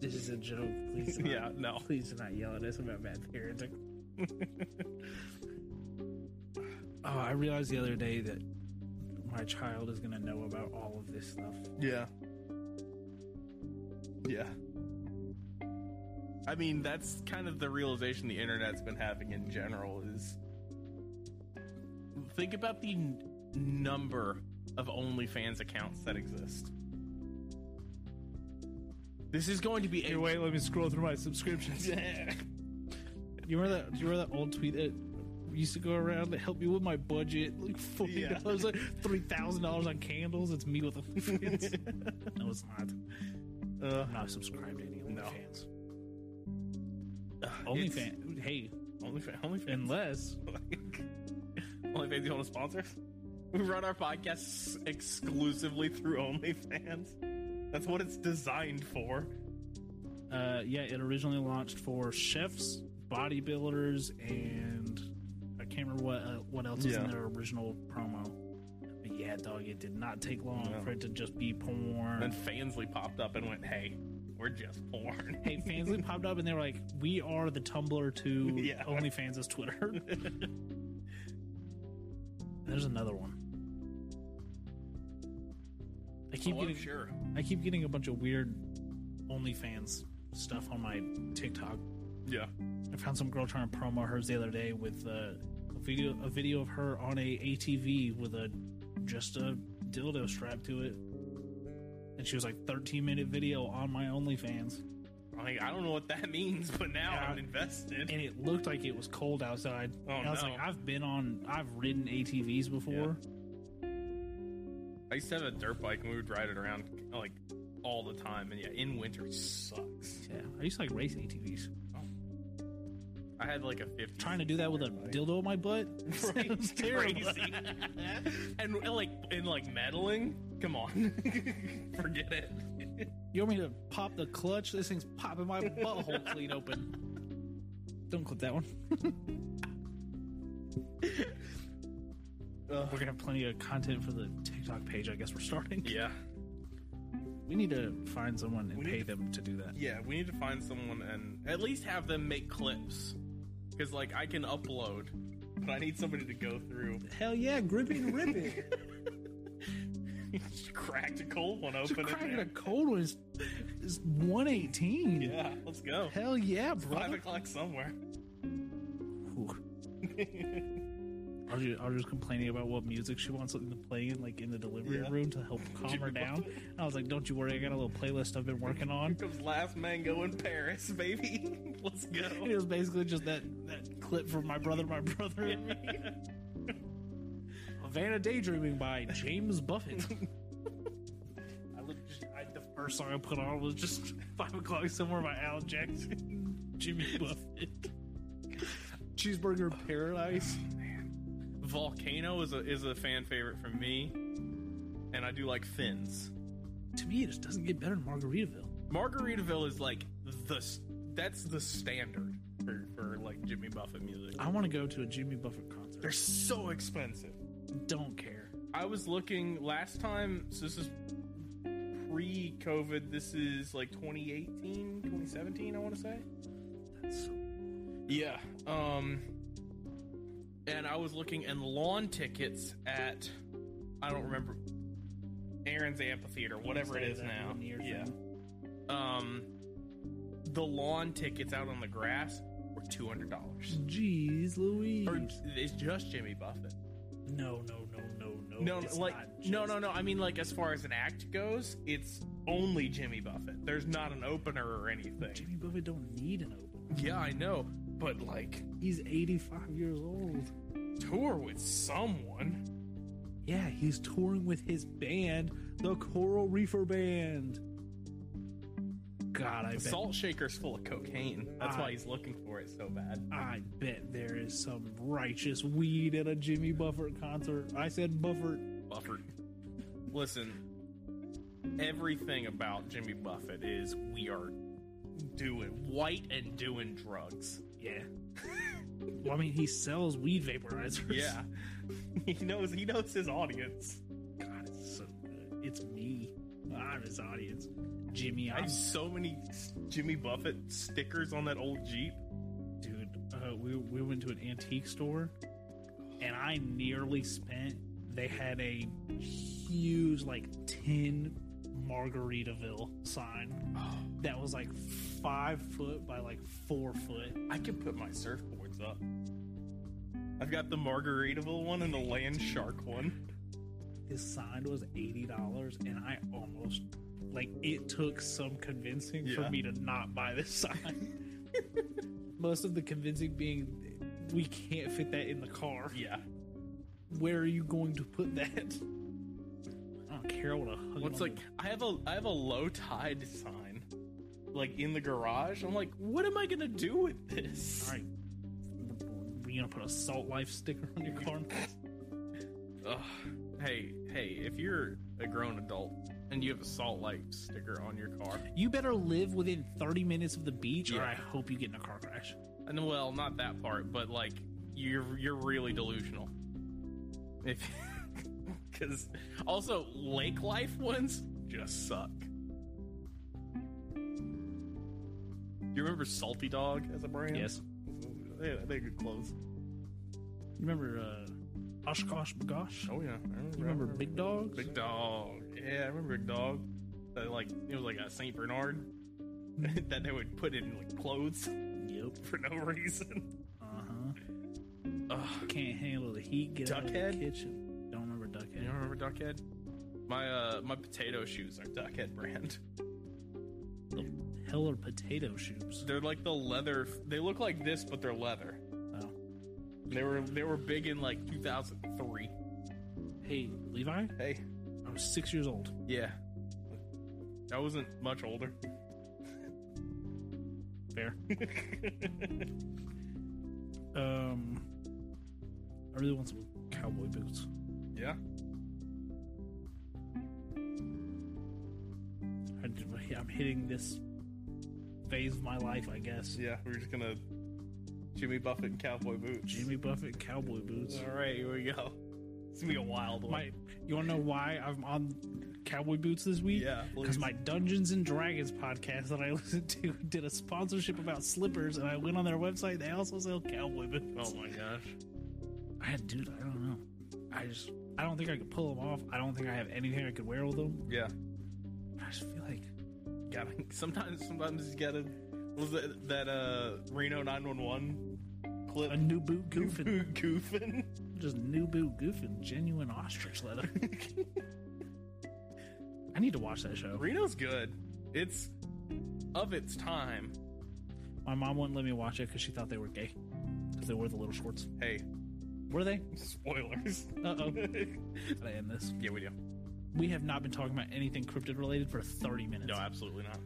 Speaker 1: This is a joke. Please, do not,
Speaker 2: Yeah, no.
Speaker 1: please do not yell at us about bad parenting. oh, I realized the other day that my child is going to know about all of this stuff.
Speaker 2: Yeah. Yeah. I mean, that's kind of the realization the internet's been having in general is think about the n- number of OnlyFans accounts that exist. This is going to be a
Speaker 1: wait, let me scroll through my subscriptions. You remember that? Do you remember that old tweet that used to go around that help me with my budget? Like forty
Speaker 2: Yeah.
Speaker 1: dollars, like three thousand dollars on candles. It's me with OnlyFans. no, it's not.
Speaker 2: uh,
Speaker 1: I'm not subscribed to any
Speaker 2: No.
Speaker 1: OnlyFans.
Speaker 2: it's-
Speaker 1: OnlyFans. Hey,
Speaker 2: OnlyFans, OnlyFans,
Speaker 1: unless
Speaker 2: OnlyFans, you want to sponsor? us? We run our podcasts exclusively through OnlyFans. That's what it's designed for.
Speaker 1: uh, yeah, it originally launched for chefs, bodybuilders, and I can't remember what uh, what else was in
Speaker 2: Yeah.
Speaker 1: their original promo. But yeah, dog, it did not take long
Speaker 2: No.
Speaker 1: for it to just be porn.
Speaker 2: And then Fansly popped up and went, "Hey, We're just porn.
Speaker 1: Hey, Fansly popped up and they were like, "We are the Tumblr to
Speaker 2: Yeah.
Speaker 1: OnlyFans is Twitter." There's another one. I keep
Speaker 2: Oh, I'm
Speaker 1: getting
Speaker 2: sure.
Speaker 1: I keep getting a bunch of weird OnlyFans stuff on my TikTok.
Speaker 2: Yeah.
Speaker 1: I found some girl trying to promo hers the other day with uh, a video a video of her on a ATV with a just a dildo strapped to it, and she was like 13 minute video on my OnlyFans,
Speaker 2: I, mean, I don't know what that means, but now
Speaker 1: Yeah.
Speaker 2: I'm invested.
Speaker 1: and it looked like it was cold outside.
Speaker 2: Oh,
Speaker 1: and I was
Speaker 2: no.
Speaker 1: like, I've been on, I've ridden ATVs before.
Speaker 2: I used to have a dirt bike and we would ride it around like all the time. And yeah, in winter sucks.
Speaker 1: Yeah, I used to like race ATVs.
Speaker 2: I had like a 50.
Speaker 1: Trying to do that with a dildo in my butt,
Speaker 2: Right,
Speaker 1: sounds terrible.
Speaker 2: crazy. and and, like and like meddling. Come on, forget it.
Speaker 1: You want me to pop the clutch? This thing's popping my butthole clean open. Don't clip that one. We're gonna have plenty of content for the TikTok page. I guess we're starting.
Speaker 2: Yeah,
Speaker 1: We need to find someone and
Speaker 2: We need
Speaker 1: pay
Speaker 2: to-
Speaker 1: them to do that.
Speaker 2: yeah. We need to find someone and at least have them make clips, because like I can upload, but I need somebody to go through.
Speaker 1: Hell yeah, gripping, ripping.
Speaker 2: Just cracked a cold one open. and-
Speaker 1: Cracking a cold one is, is one eighteen.
Speaker 2: Yeah, let's go.
Speaker 1: Hell yeah,
Speaker 2: Five
Speaker 1: brother.
Speaker 2: o'clock somewhere.
Speaker 1: Whew. I was, just, I was just complaining about what music she wants them to play in, like in the delivery
Speaker 2: Yeah.
Speaker 1: room to help calm her down. I was like, "Don't you worry, I got a little playlist I've been working on."
Speaker 2: Here comes last mango in Paris, baby. Let's go.
Speaker 1: It was basically just that that clip from my brother, my brother and me. Havana Daydreaming by James Buffett. I look just, I, the first song I put on was just Five O'clock Somewhere by Al Jackson, Jimmy Buffett, Cheeseburger Paradise.
Speaker 2: Volcano is a is a fan favorite from me, and I do like fins.
Speaker 1: To me, it just doesn't get better than Margaritaville.
Speaker 2: Margaritaville is like the s- that's the standard for, for like Jimmy Buffett music.
Speaker 1: I want to go to a Jimmy Buffett concert.
Speaker 2: They're so expensive.
Speaker 1: Don't care.
Speaker 2: I was looking last time. So this is pre-COVID. This is like 2018, 2017. I want to say.
Speaker 1: That's so
Speaker 2: Yeah. Um and I was looking and lawn tickets at I don't remember Aaron's amphitheater, whatever it is
Speaker 1: that
Speaker 2: now.
Speaker 1: one year
Speaker 2: Yeah.
Speaker 1: thing.
Speaker 2: Um the lawn tickets out on the grass were two hundred dollars.
Speaker 1: Jeez Louise.
Speaker 2: Or it's just Jimmy Buffett.
Speaker 1: no, no, no, no, no.
Speaker 2: No,
Speaker 1: Oh, it's
Speaker 2: like
Speaker 1: not
Speaker 2: no,
Speaker 1: just-
Speaker 2: no, no. I mean, like as far as an act goes, it's only Jimmy Buffett. There's not an opener or anything.
Speaker 1: Jimmy Buffett don't need an open.
Speaker 2: Yeah, I know, but like
Speaker 1: He's 85 years old.
Speaker 2: tour with someone.
Speaker 1: Yeah, he's touring with his band, the Coral Reefer Band. God, I
Speaker 2: The
Speaker 1: bet,
Speaker 2: salt shaker's full of cocaine. That's
Speaker 1: Ah.
Speaker 2: why he's looking for it so bad.
Speaker 1: I bet there is some righteous weed at a Jimmy Buffett concert. I said Buffett.
Speaker 2: Buffett. Listen, everything about Jimmy Buffett is we are doing white and doing drugs.
Speaker 1: Yeah. well, I mean, he sells weed vaporizers.
Speaker 2: Yeah. he knows he knows his audience.
Speaker 1: God, it's so good. It's me. I'm his audience. Jimmy,
Speaker 2: I
Speaker 1: I'm
Speaker 2: have so many Jimmy Buffett stickers on that old Jeep.
Speaker 1: dude uh, we, we went to an antique store and i nearly spent they had a huge like 10 margaritaville sign that was like five foot by like four foot
Speaker 2: I could put my surfboards up. I've got the Margaritaville one and the Land Shark one.
Speaker 1: this sign was $80 and i almost like it took some convincing for
Speaker 2: Yeah.
Speaker 1: me to not buy this sign most of the convincing being we can't fit that in the car
Speaker 2: Yeah.
Speaker 1: where are you going to put that? I don't care what a hug.
Speaker 2: What's like I have a I have a low tide sign like in the garage. I'm like, what am I gonna do with this?
Speaker 1: All right, we gonna put a salt life sticker on your car?
Speaker 2: Ugh. Hey, hey, if you're a grown adult and you have a salt life sticker on your car,
Speaker 1: You better live within thirty minutes of the beach, or
Speaker 2: Yeah.
Speaker 1: I hope you get in a car crash.
Speaker 2: and well, not that part, but like you're you're really delusional. If because also lake life ones just suck. you remember Salty Dog as a brand?
Speaker 1: Yes.
Speaker 2: Yeah, they had good clothes.
Speaker 1: You remember uh, Oshkosh Bagosh?
Speaker 2: Oh yeah, I remember.
Speaker 1: You
Speaker 2: I
Speaker 1: remember Big Dogs?
Speaker 2: Big Dog. Yeah, I remember Big Dog. That, like it was like a Saint Bernard that they would put in like clothes
Speaker 1: Yep.
Speaker 2: for no reason.
Speaker 1: Uh huh.
Speaker 2: Ugh.
Speaker 1: Can't handle the heat. Get out of the
Speaker 2: Duckhead?
Speaker 1: kitchen. Don't remember
Speaker 2: You
Speaker 1: Duckhead.
Speaker 2: don't remember Duckhead? My uh my potato shoes are Duckhead brand.
Speaker 1: Hell or potato shoes.
Speaker 2: They're like the leather. They look like this, but they're leather.
Speaker 1: Oh.
Speaker 2: They were they were big in like 2003.
Speaker 1: Hey, Levi.
Speaker 2: Hey,
Speaker 1: I was six years old.
Speaker 2: yeah, I wasn't much older.
Speaker 1: Fair. um, I really want some cowboy boots.
Speaker 2: Yeah,
Speaker 1: I, am hitting this phase of my life, I guess.
Speaker 2: yeah. We're just gonna Jimmy Buffett and cowboy boots.
Speaker 1: Jimmy Buffett cowboy boots.
Speaker 2: All right, here we go. It's gonna be a wild one.
Speaker 1: My, you want to know why I'm on cowboy boots this week?
Speaker 2: Yeah, please.
Speaker 1: because my Dungeons and Dragons podcast that I listened to did a sponsorship about slippers, and I went on their website. They also sell cowboy boots.
Speaker 2: oh my gosh.
Speaker 1: I had, dude, I don't know. I just, I don't think I could pull them off. I don't think I have anything I could wear with them.
Speaker 2: Yeah.
Speaker 1: I just feel like
Speaker 2: Gotta sometimes sometimes you gotta what was that that uh Reno 911 clip
Speaker 1: a new boot goofing,
Speaker 2: goofing.
Speaker 1: just new boot goofing, genuine ostrich leather. I need to watch that show.
Speaker 2: Reno's good. It's of its time.
Speaker 1: My mom wouldn't let me watch it because she thought they were gay because they wore the little shorts.
Speaker 2: Hey,
Speaker 1: Were they?
Speaker 2: spoilers.
Speaker 1: Uh oh.
Speaker 2: yeah,
Speaker 1: I end this.
Speaker 2: we do.
Speaker 1: We have not been talking about anything cryptid related for 30 minutes.
Speaker 2: No, absolutely not.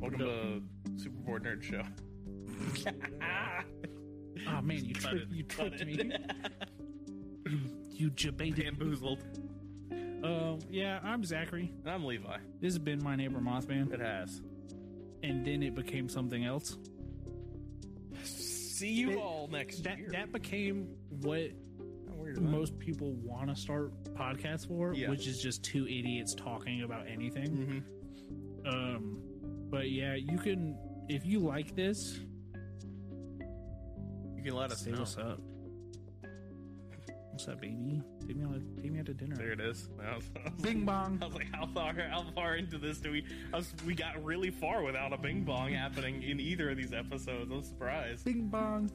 Speaker 2: Welcome to Super Board Nerd Show.
Speaker 1: Oh man, you
Speaker 2: Cut
Speaker 1: tripped,
Speaker 2: it.
Speaker 1: you
Speaker 2: Cut
Speaker 1: tripped
Speaker 2: it.
Speaker 1: me. You jebaited.
Speaker 2: Bamboozled.
Speaker 1: Um, yeah, I'm Zachary.
Speaker 2: And I'm Levi.
Speaker 1: This has been my neighbor Mothman,
Speaker 2: It has.
Speaker 1: and then it became something else.
Speaker 2: See you
Speaker 1: That-
Speaker 2: all next
Speaker 1: That
Speaker 2: year.
Speaker 1: that became what
Speaker 2: How weird is that?
Speaker 1: most people want to start podcasts for,
Speaker 2: Yeah.
Speaker 1: which is just two idiots talking about anything.
Speaker 2: Mhm.
Speaker 1: Um, but yeah, you can if you like this,
Speaker 2: You can let us
Speaker 1: say
Speaker 2: know.
Speaker 1: what's up. What's up, baby? Take me out. Take me out to dinner.
Speaker 2: There it is. I was, I was-
Speaker 1: Bing bong.
Speaker 2: I was like, how far, how far into this do we? I was, we got really far without a bing bong happening in either of these episodes. I'm surprised.
Speaker 1: Bing bong.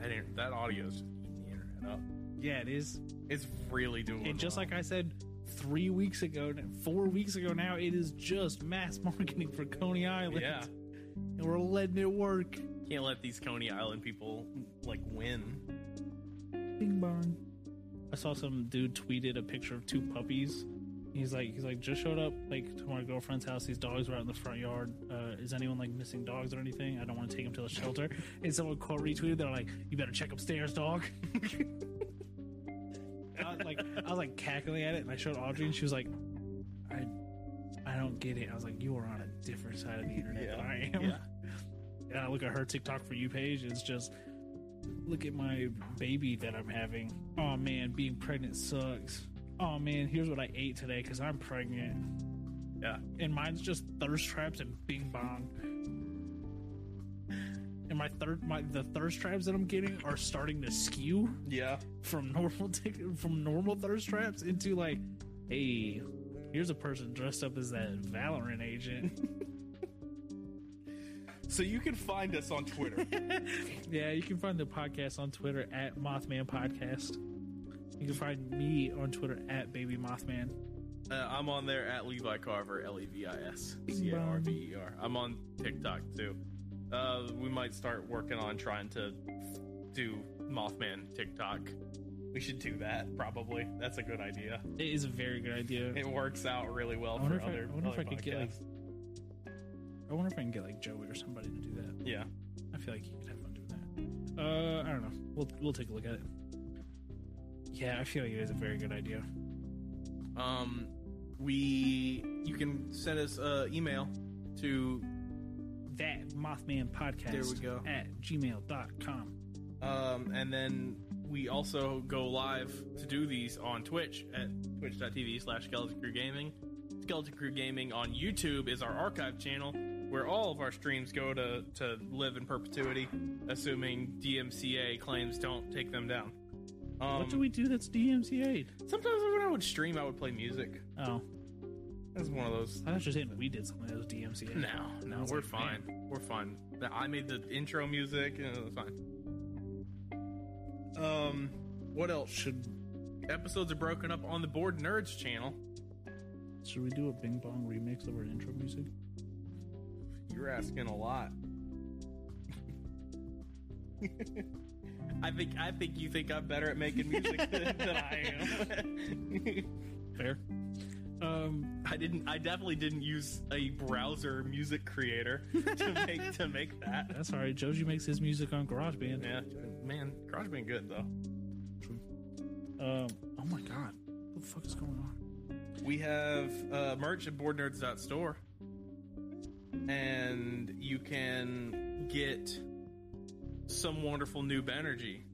Speaker 2: That, inter- that audio is just eating the internet up.
Speaker 1: Yeah, it is.
Speaker 2: It's really doing.
Speaker 1: And just
Speaker 2: well.
Speaker 1: like I said three weeks ago, four weeks ago now, it is just mass marketing for Coney Island.
Speaker 2: yeah,
Speaker 1: And we're letting it work.
Speaker 2: can't let these Coney Island people like win.
Speaker 1: Bing bong. I saw some dude tweeted a picture of two puppies. He's like, he's like, just showed up like to my girlfriend's house. These dogs were out in the front yard. Uh, is anyone like missing dogs or anything? I don't want to take them to the shelter. And someone quote retweeted, they're like, you better check upstairs, dog. I was like, I was like cackling at it, and I showed Audrey, and she was like, I, I don't get it. I was like, you are on a different side of the internet than I am.
Speaker 2: yeah.
Speaker 1: And I look at her TikTok for you page. It's just look at my baby that I'm having. Oh man, being pregnant sucks. Oh man, here's what I ate today because I'm pregnant.
Speaker 2: Yeah.
Speaker 1: And mine's just thirst traps and bing bong. And my third, my the thirst traps that I'm getting are starting to skew
Speaker 2: yeah,
Speaker 1: from normal tick from normal thirst traps into like, hey, here's a person dressed up as that Valorant agent.
Speaker 2: So you can find us on Twitter.
Speaker 1: yeah, you can find the podcast on Twitter at Mothman Podcast. You can find me on Twitter at Baby Mothman.
Speaker 2: uh, I'm on there at Levi Carver, L E V I S C A R V E R. I'm on TikTok too. Uh, we might start working on trying to do Mothman TikTok. We should do that probably. That's a good idea.
Speaker 1: It is a very good idea.
Speaker 2: It works out really well
Speaker 1: I wonder
Speaker 2: for
Speaker 1: if I-
Speaker 2: other,
Speaker 1: I wonder if
Speaker 2: other
Speaker 1: I could get, like-
Speaker 2: podcasts.
Speaker 1: I wonder if I can get like Joey or somebody to do that.
Speaker 2: yeah.
Speaker 1: I feel like you could have fun doing that. Uh, I don't know. We'll we'll take a look at it. Yeah, I feel like it is a very good idea.
Speaker 2: Um, we you can send us uh, email to
Speaker 1: That Mothman Podcast.
Speaker 2: There we go.
Speaker 1: At gmail.com.
Speaker 2: um, and then we also go live to do these on Twitch at twitch.tv slash skeleton crew gaming. Skeleton Crew Gaming on YouTube is our archive channel where all of our streams go to to live in perpetuity, assuming DMCA claims don't take them down. Um,
Speaker 1: what do we do that's DMCA'd?
Speaker 2: Sometimes when I would stream, I would play music.
Speaker 1: Oh,
Speaker 2: That's one of those.
Speaker 1: I was just saying we did something that was DMCA'd.
Speaker 2: No,
Speaker 1: I
Speaker 2: no,
Speaker 1: was
Speaker 2: we're
Speaker 1: like,
Speaker 2: fine. We're fine. I made the intro music, and it was fine. Um, what else?
Speaker 1: Should
Speaker 2: Episodes are broken up on the Board Nerds channel.
Speaker 1: should we do a Bing Bong remix of our intro music?
Speaker 2: You're asking a lot. I think I think you think I'm better at making music than, than I am.
Speaker 1: Fair. Um,
Speaker 2: I didn't. I definitely didn't use a browser music creator to make to make that.
Speaker 1: that's all right. Joji makes his music on GarageBand.
Speaker 2: Yeah, man, GarageBand been good though.
Speaker 1: Um, oh my god, what the fuck is going on?
Speaker 2: We have uh, merch at boardnerds.store. And you can get some wonderful noob energy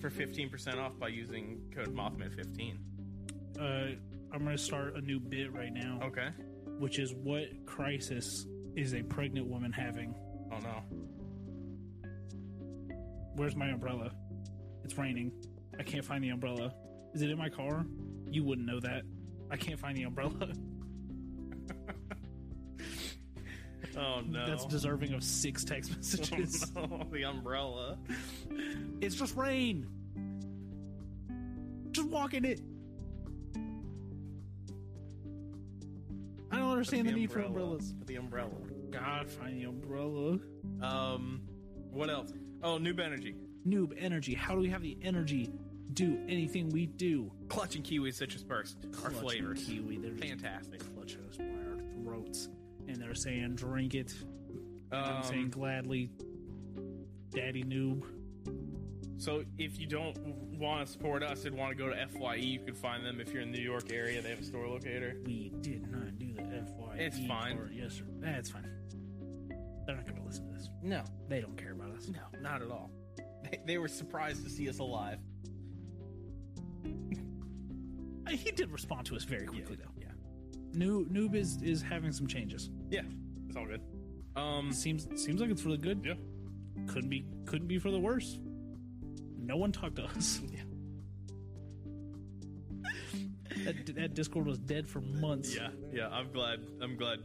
Speaker 2: for 15% off by using code Mothman15.
Speaker 1: Uh, I'm gonna start a new bit right now,
Speaker 2: Okay.
Speaker 1: which is what crisis is a pregnant woman having?
Speaker 2: Oh no.
Speaker 1: Where's my umbrella? It's raining. I can't find the umbrella. Is it in my car? You wouldn't know that. I can't find the umbrella.
Speaker 2: Oh no.
Speaker 1: That's deserving of six text
Speaker 2: Oh,
Speaker 1: messages.
Speaker 2: no, the umbrella.
Speaker 1: It's just rain. Just walk in it. I don't understand the, need for umbrellas.
Speaker 2: The umbrella.
Speaker 1: God, find the umbrella.
Speaker 2: Um, what else? Oh, noob energy.
Speaker 1: Noob energy. How do we have the energy to do anything we do?
Speaker 2: Clutch and kiwi citrus burst are
Speaker 1: Clutch and
Speaker 2: flavors.
Speaker 1: Kiwi. They're just
Speaker 2: Fantastic.
Speaker 1: clutching us by our throats, and they're saying, "Drink it." I'm
Speaker 2: Um,
Speaker 1: saying gladly, Daddy Noob.
Speaker 2: So if you don't want to support us and want to go to Fye, you can find them if you're in the New York area. They have a store locator.
Speaker 1: We did not do the FYE.
Speaker 2: It's fine.
Speaker 1: Part. Yes, sir. That's fine. They're not going to listen to this.
Speaker 2: No,
Speaker 1: They don't care about us.
Speaker 2: no, not at all. They, they were surprised to see us alive.
Speaker 1: Uh, He did respond to us very quickly
Speaker 2: yeah,
Speaker 1: though. New Noob is is having some changes.
Speaker 2: yeah, it's all good. Um,
Speaker 1: Seems seems like it's really good.
Speaker 2: yeah,
Speaker 1: Couldn't be couldn't be for the worse. No one talked to us.
Speaker 2: Yeah.
Speaker 1: that, that Discord was dead for months.
Speaker 2: yeah, yeah. I'm glad. I'm glad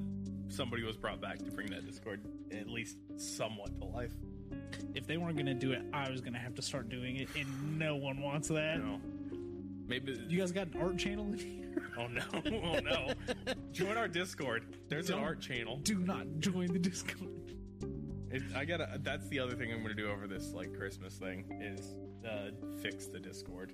Speaker 2: somebody was brought back to bring that Discord at least somewhat to life.
Speaker 1: If they weren't gonna do it, I was gonna have to start doing it, and no one wants that.
Speaker 2: You know, maybe
Speaker 1: You guys got an art channel in here?
Speaker 2: Oh no! Oh no! Join our Discord. There's an
Speaker 1: Don't-
Speaker 2: art channel.
Speaker 1: Do not join the Discord.
Speaker 2: It, I gotta. That's the other thing I'm gonna do over this like Christmas thing is uh, fix the Discord.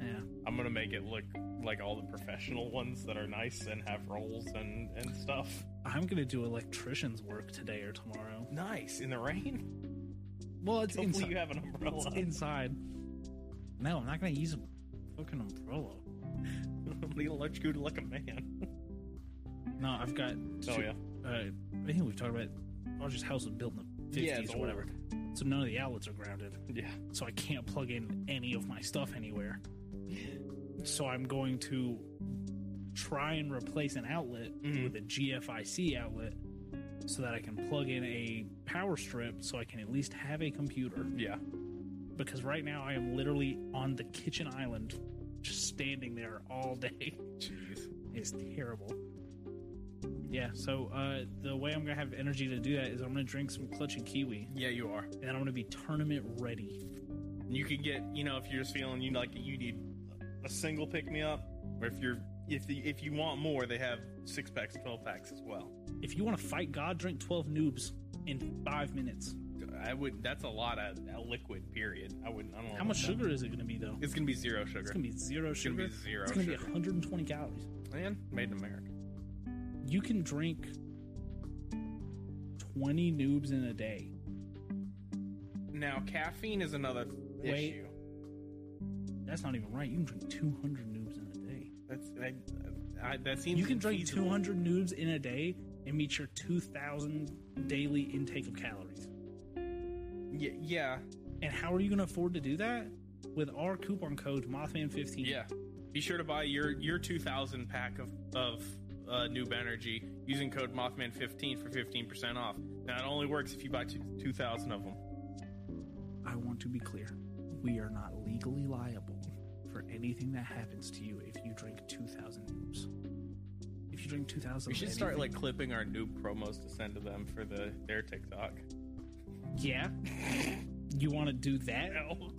Speaker 1: Yeah.
Speaker 2: I'm gonna make it look like all the professional ones that are nice and have roles and and stuff.
Speaker 1: I'm gonna do electrician's work today or tomorrow.
Speaker 2: Nice in the rain.
Speaker 1: Well, it's
Speaker 2: Hopefully
Speaker 1: inside.
Speaker 2: you have an umbrella.
Speaker 1: It's inside. No, I'm not gonna use a fucking umbrella.
Speaker 2: I'm gonna electrocute like a man.
Speaker 1: No, I've got.
Speaker 2: Oh yeah.
Speaker 1: Uh, I think we've talked about Roger's house was built in the 50s
Speaker 2: Yeah, it's
Speaker 1: or whatever. So none of the outlets are grounded.
Speaker 2: Yeah.
Speaker 1: So I can't plug in any of my stuff anywhere. So I'm going to try and replace an outlet
Speaker 2: Mhm.
Speaker 1: with a GFIC outlet so that I can plug in a power strip so I can at least have a computer.
Speaker 2: Yeah.
Speaker 1: Because right now I am literally on the kitchen island, just standing there all day.
Speaker 2: Jeez.
Speaker 1: is terrible. Yeah, so uh, the way I'm gonna have energy to do that is I'm gonna drink some clutch and kiwi,
Speaker 2: Yeah, you are.
Speaker 1: and I'm gonna be tournament ready.
Speaker 2: You can get, you know, if you're just feeling you like you need a single pick me up, or if you're if the, if you want more, they have six packs, twelve packs as well.
Speaker 1: If you want to fight God, drink 12 noobs in five minutes.
Speaker 2: I would. That's a lot of a liquid. Period. I wouldn't. I don't know
Speaker 1: How much
Speaker 2: about
Speaker 1: sugar is it gonna be though?
Speaker 2: that. It's gonna be zero sugar.
Speaker 1: It's gonna be zero
Speaker 2: gonna
Speaker 1: sugar.
Speaker 2: be zero
Speaker 1: It's gonna be
Speaker 2: sugar.
Speaker 1: 120 calories.
Speaker 2: Man, made in America.
Speaker 1: You can drink 20 noobs in a day.
Speaker 2: Now, caffeine is another
Speaker 1: Wait.
Speaker 2: issue.
Speaker 1: That's not even right. You can drink 200 noobs in a day.
Speaker 2: That's I, I, that seems
Speaker 1: You can drink
Speaker 2: infeasible.
Speaker 1: 200 noobs in a day and meet your 2,000 daily intake of calories.
Speaker 2: Yeah, yeah,
Speaker 1: And how are you going to afford to do that? With our coupon code Mothman15.
Speaker 2: yeah. Be sure to buy your your two thousand pack of of uh, Noob Energy using code Mothman15 for 15% off. Now, it only works if you buy two- 2,000 of them.
Speaker 1: I want to be clear. We are not legally liable for anything that happens to you if you drink 2,000 noobs. If you drink 2,000,
Speaker 2: We should start
Speaker 1: anything-
Speaker 2: like clipping our new promos to send to them for the their TikTok.
Speaker 1: yeah. You want to do that?
Speaker 2: No.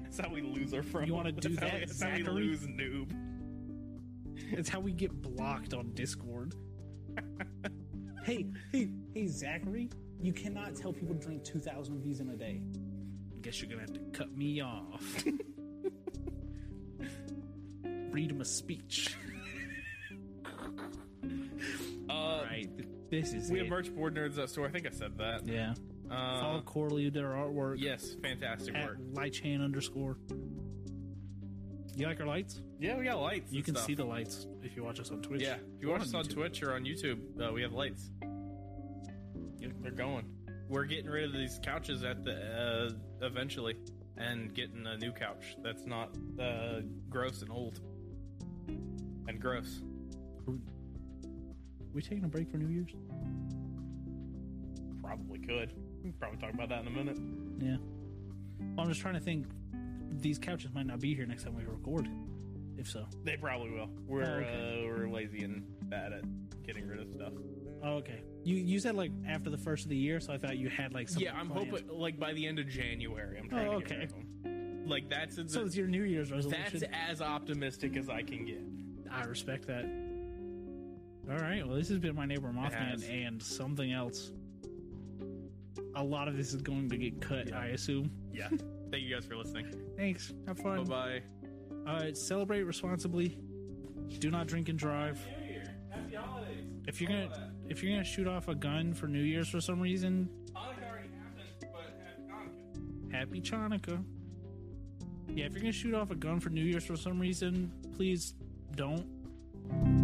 Speaker 2: That's how we lose our promos.
Speaker 1: You wanna do
Speaker 2: That's how-
Speaker 1: that,
Speaker 2: That's how we
Speaker 1: Zachary?
Speaker 2: lose noob.
Speaker 1: That's how we get blocked on Discord. hey, hey, hey, Zachary, you cannot tell people to drink 2,000 of these in a day. Guess you're gonna have to cut me off. Read him a speech.
Speaker 2: Uh,
Speaker 1: All right, th- this is
Speaker 2: We
Speaker 1: it.
Speaker 2: have merch board nerds at store. I think I said that.
Speaker 1: yeah. Follow
Speaker 2: Uh,
Speaker 1: Corley their artwork
Speaker 2: yes, fantastic
Speaker 1: at
Speaker 2: work.
Speaker 1: lightchain underscore. You like our lights?
Speaker 2: Yeah, we got lights.
Speaker 1: You
Speaker 2: and
Speaker 1: can
Speaker 2: stuff.
Speaker 1: see the lights if you watch us on Twitch.
Speaker 2: Yeah, if you
Speaker 1: Or
Speaker 2: watch us on
Speaker 1: YouTube.
Speaker 2: Twitch or on YouTube, uh, we have lights. They're going. We're getting rid of these couches at the uh, eventually, and getting a new couch that's not uh, gross and old and gross.
Speaker 1: We taking a break for New Year's?
Speaker 2: Probably could. We can Probably talk about that in a minute.
Speaker 1: Yeah. Well, I'm just trying to think. These couches might not be here next time we record. If so,
Speaker 2: They probably will. We're
Speaker 1: Oh, okay.
Speaker 2: uh, we're lazy and bad at getting rid of stuff.
Speaker 1: oh, okay. You you said like after the first of the year, so I thought you had like something
Speaker 2: yeah, I'm
Speaker 1: planned.
Speaker 2: hoping like by the end of January. I'm trying
Speaker 1: Oh,
Speaker 2: to get rid
Speaker 1: okay.
Speaker 2: of them. Like that's in the,
Speaker 1: So it's your New Year's resolution.
Speaker 2: that's as optimistic as I can get.
Speaker 1: I respect that. All right. Well, this has been my neighbor
Speaker 2: has.
Speaker 1: Mothman and something else. A lot of this is going to get cut, I assume.
Speaker 2: Yeah. Thank you guys for listening.
Speaker 1: Thanks. Have
Speaker 2: Bye
Speaker 1: fun.
Speaker 2: bye.
Speaker 1: Uh, celebrate responsibly. Do not drink and drive.
Speaker 2: Happy holidays.
Speaker 1: If you're gonna if you're gonna shoot off a gun for New Year's for some reason,
Speaker 2: Hanukkah already happened, but happy Hanukkah.
Speaker 1: Happy Chanukah. Yeah, if you're gonna shoot off a gun for New Year's for some reason, please don't.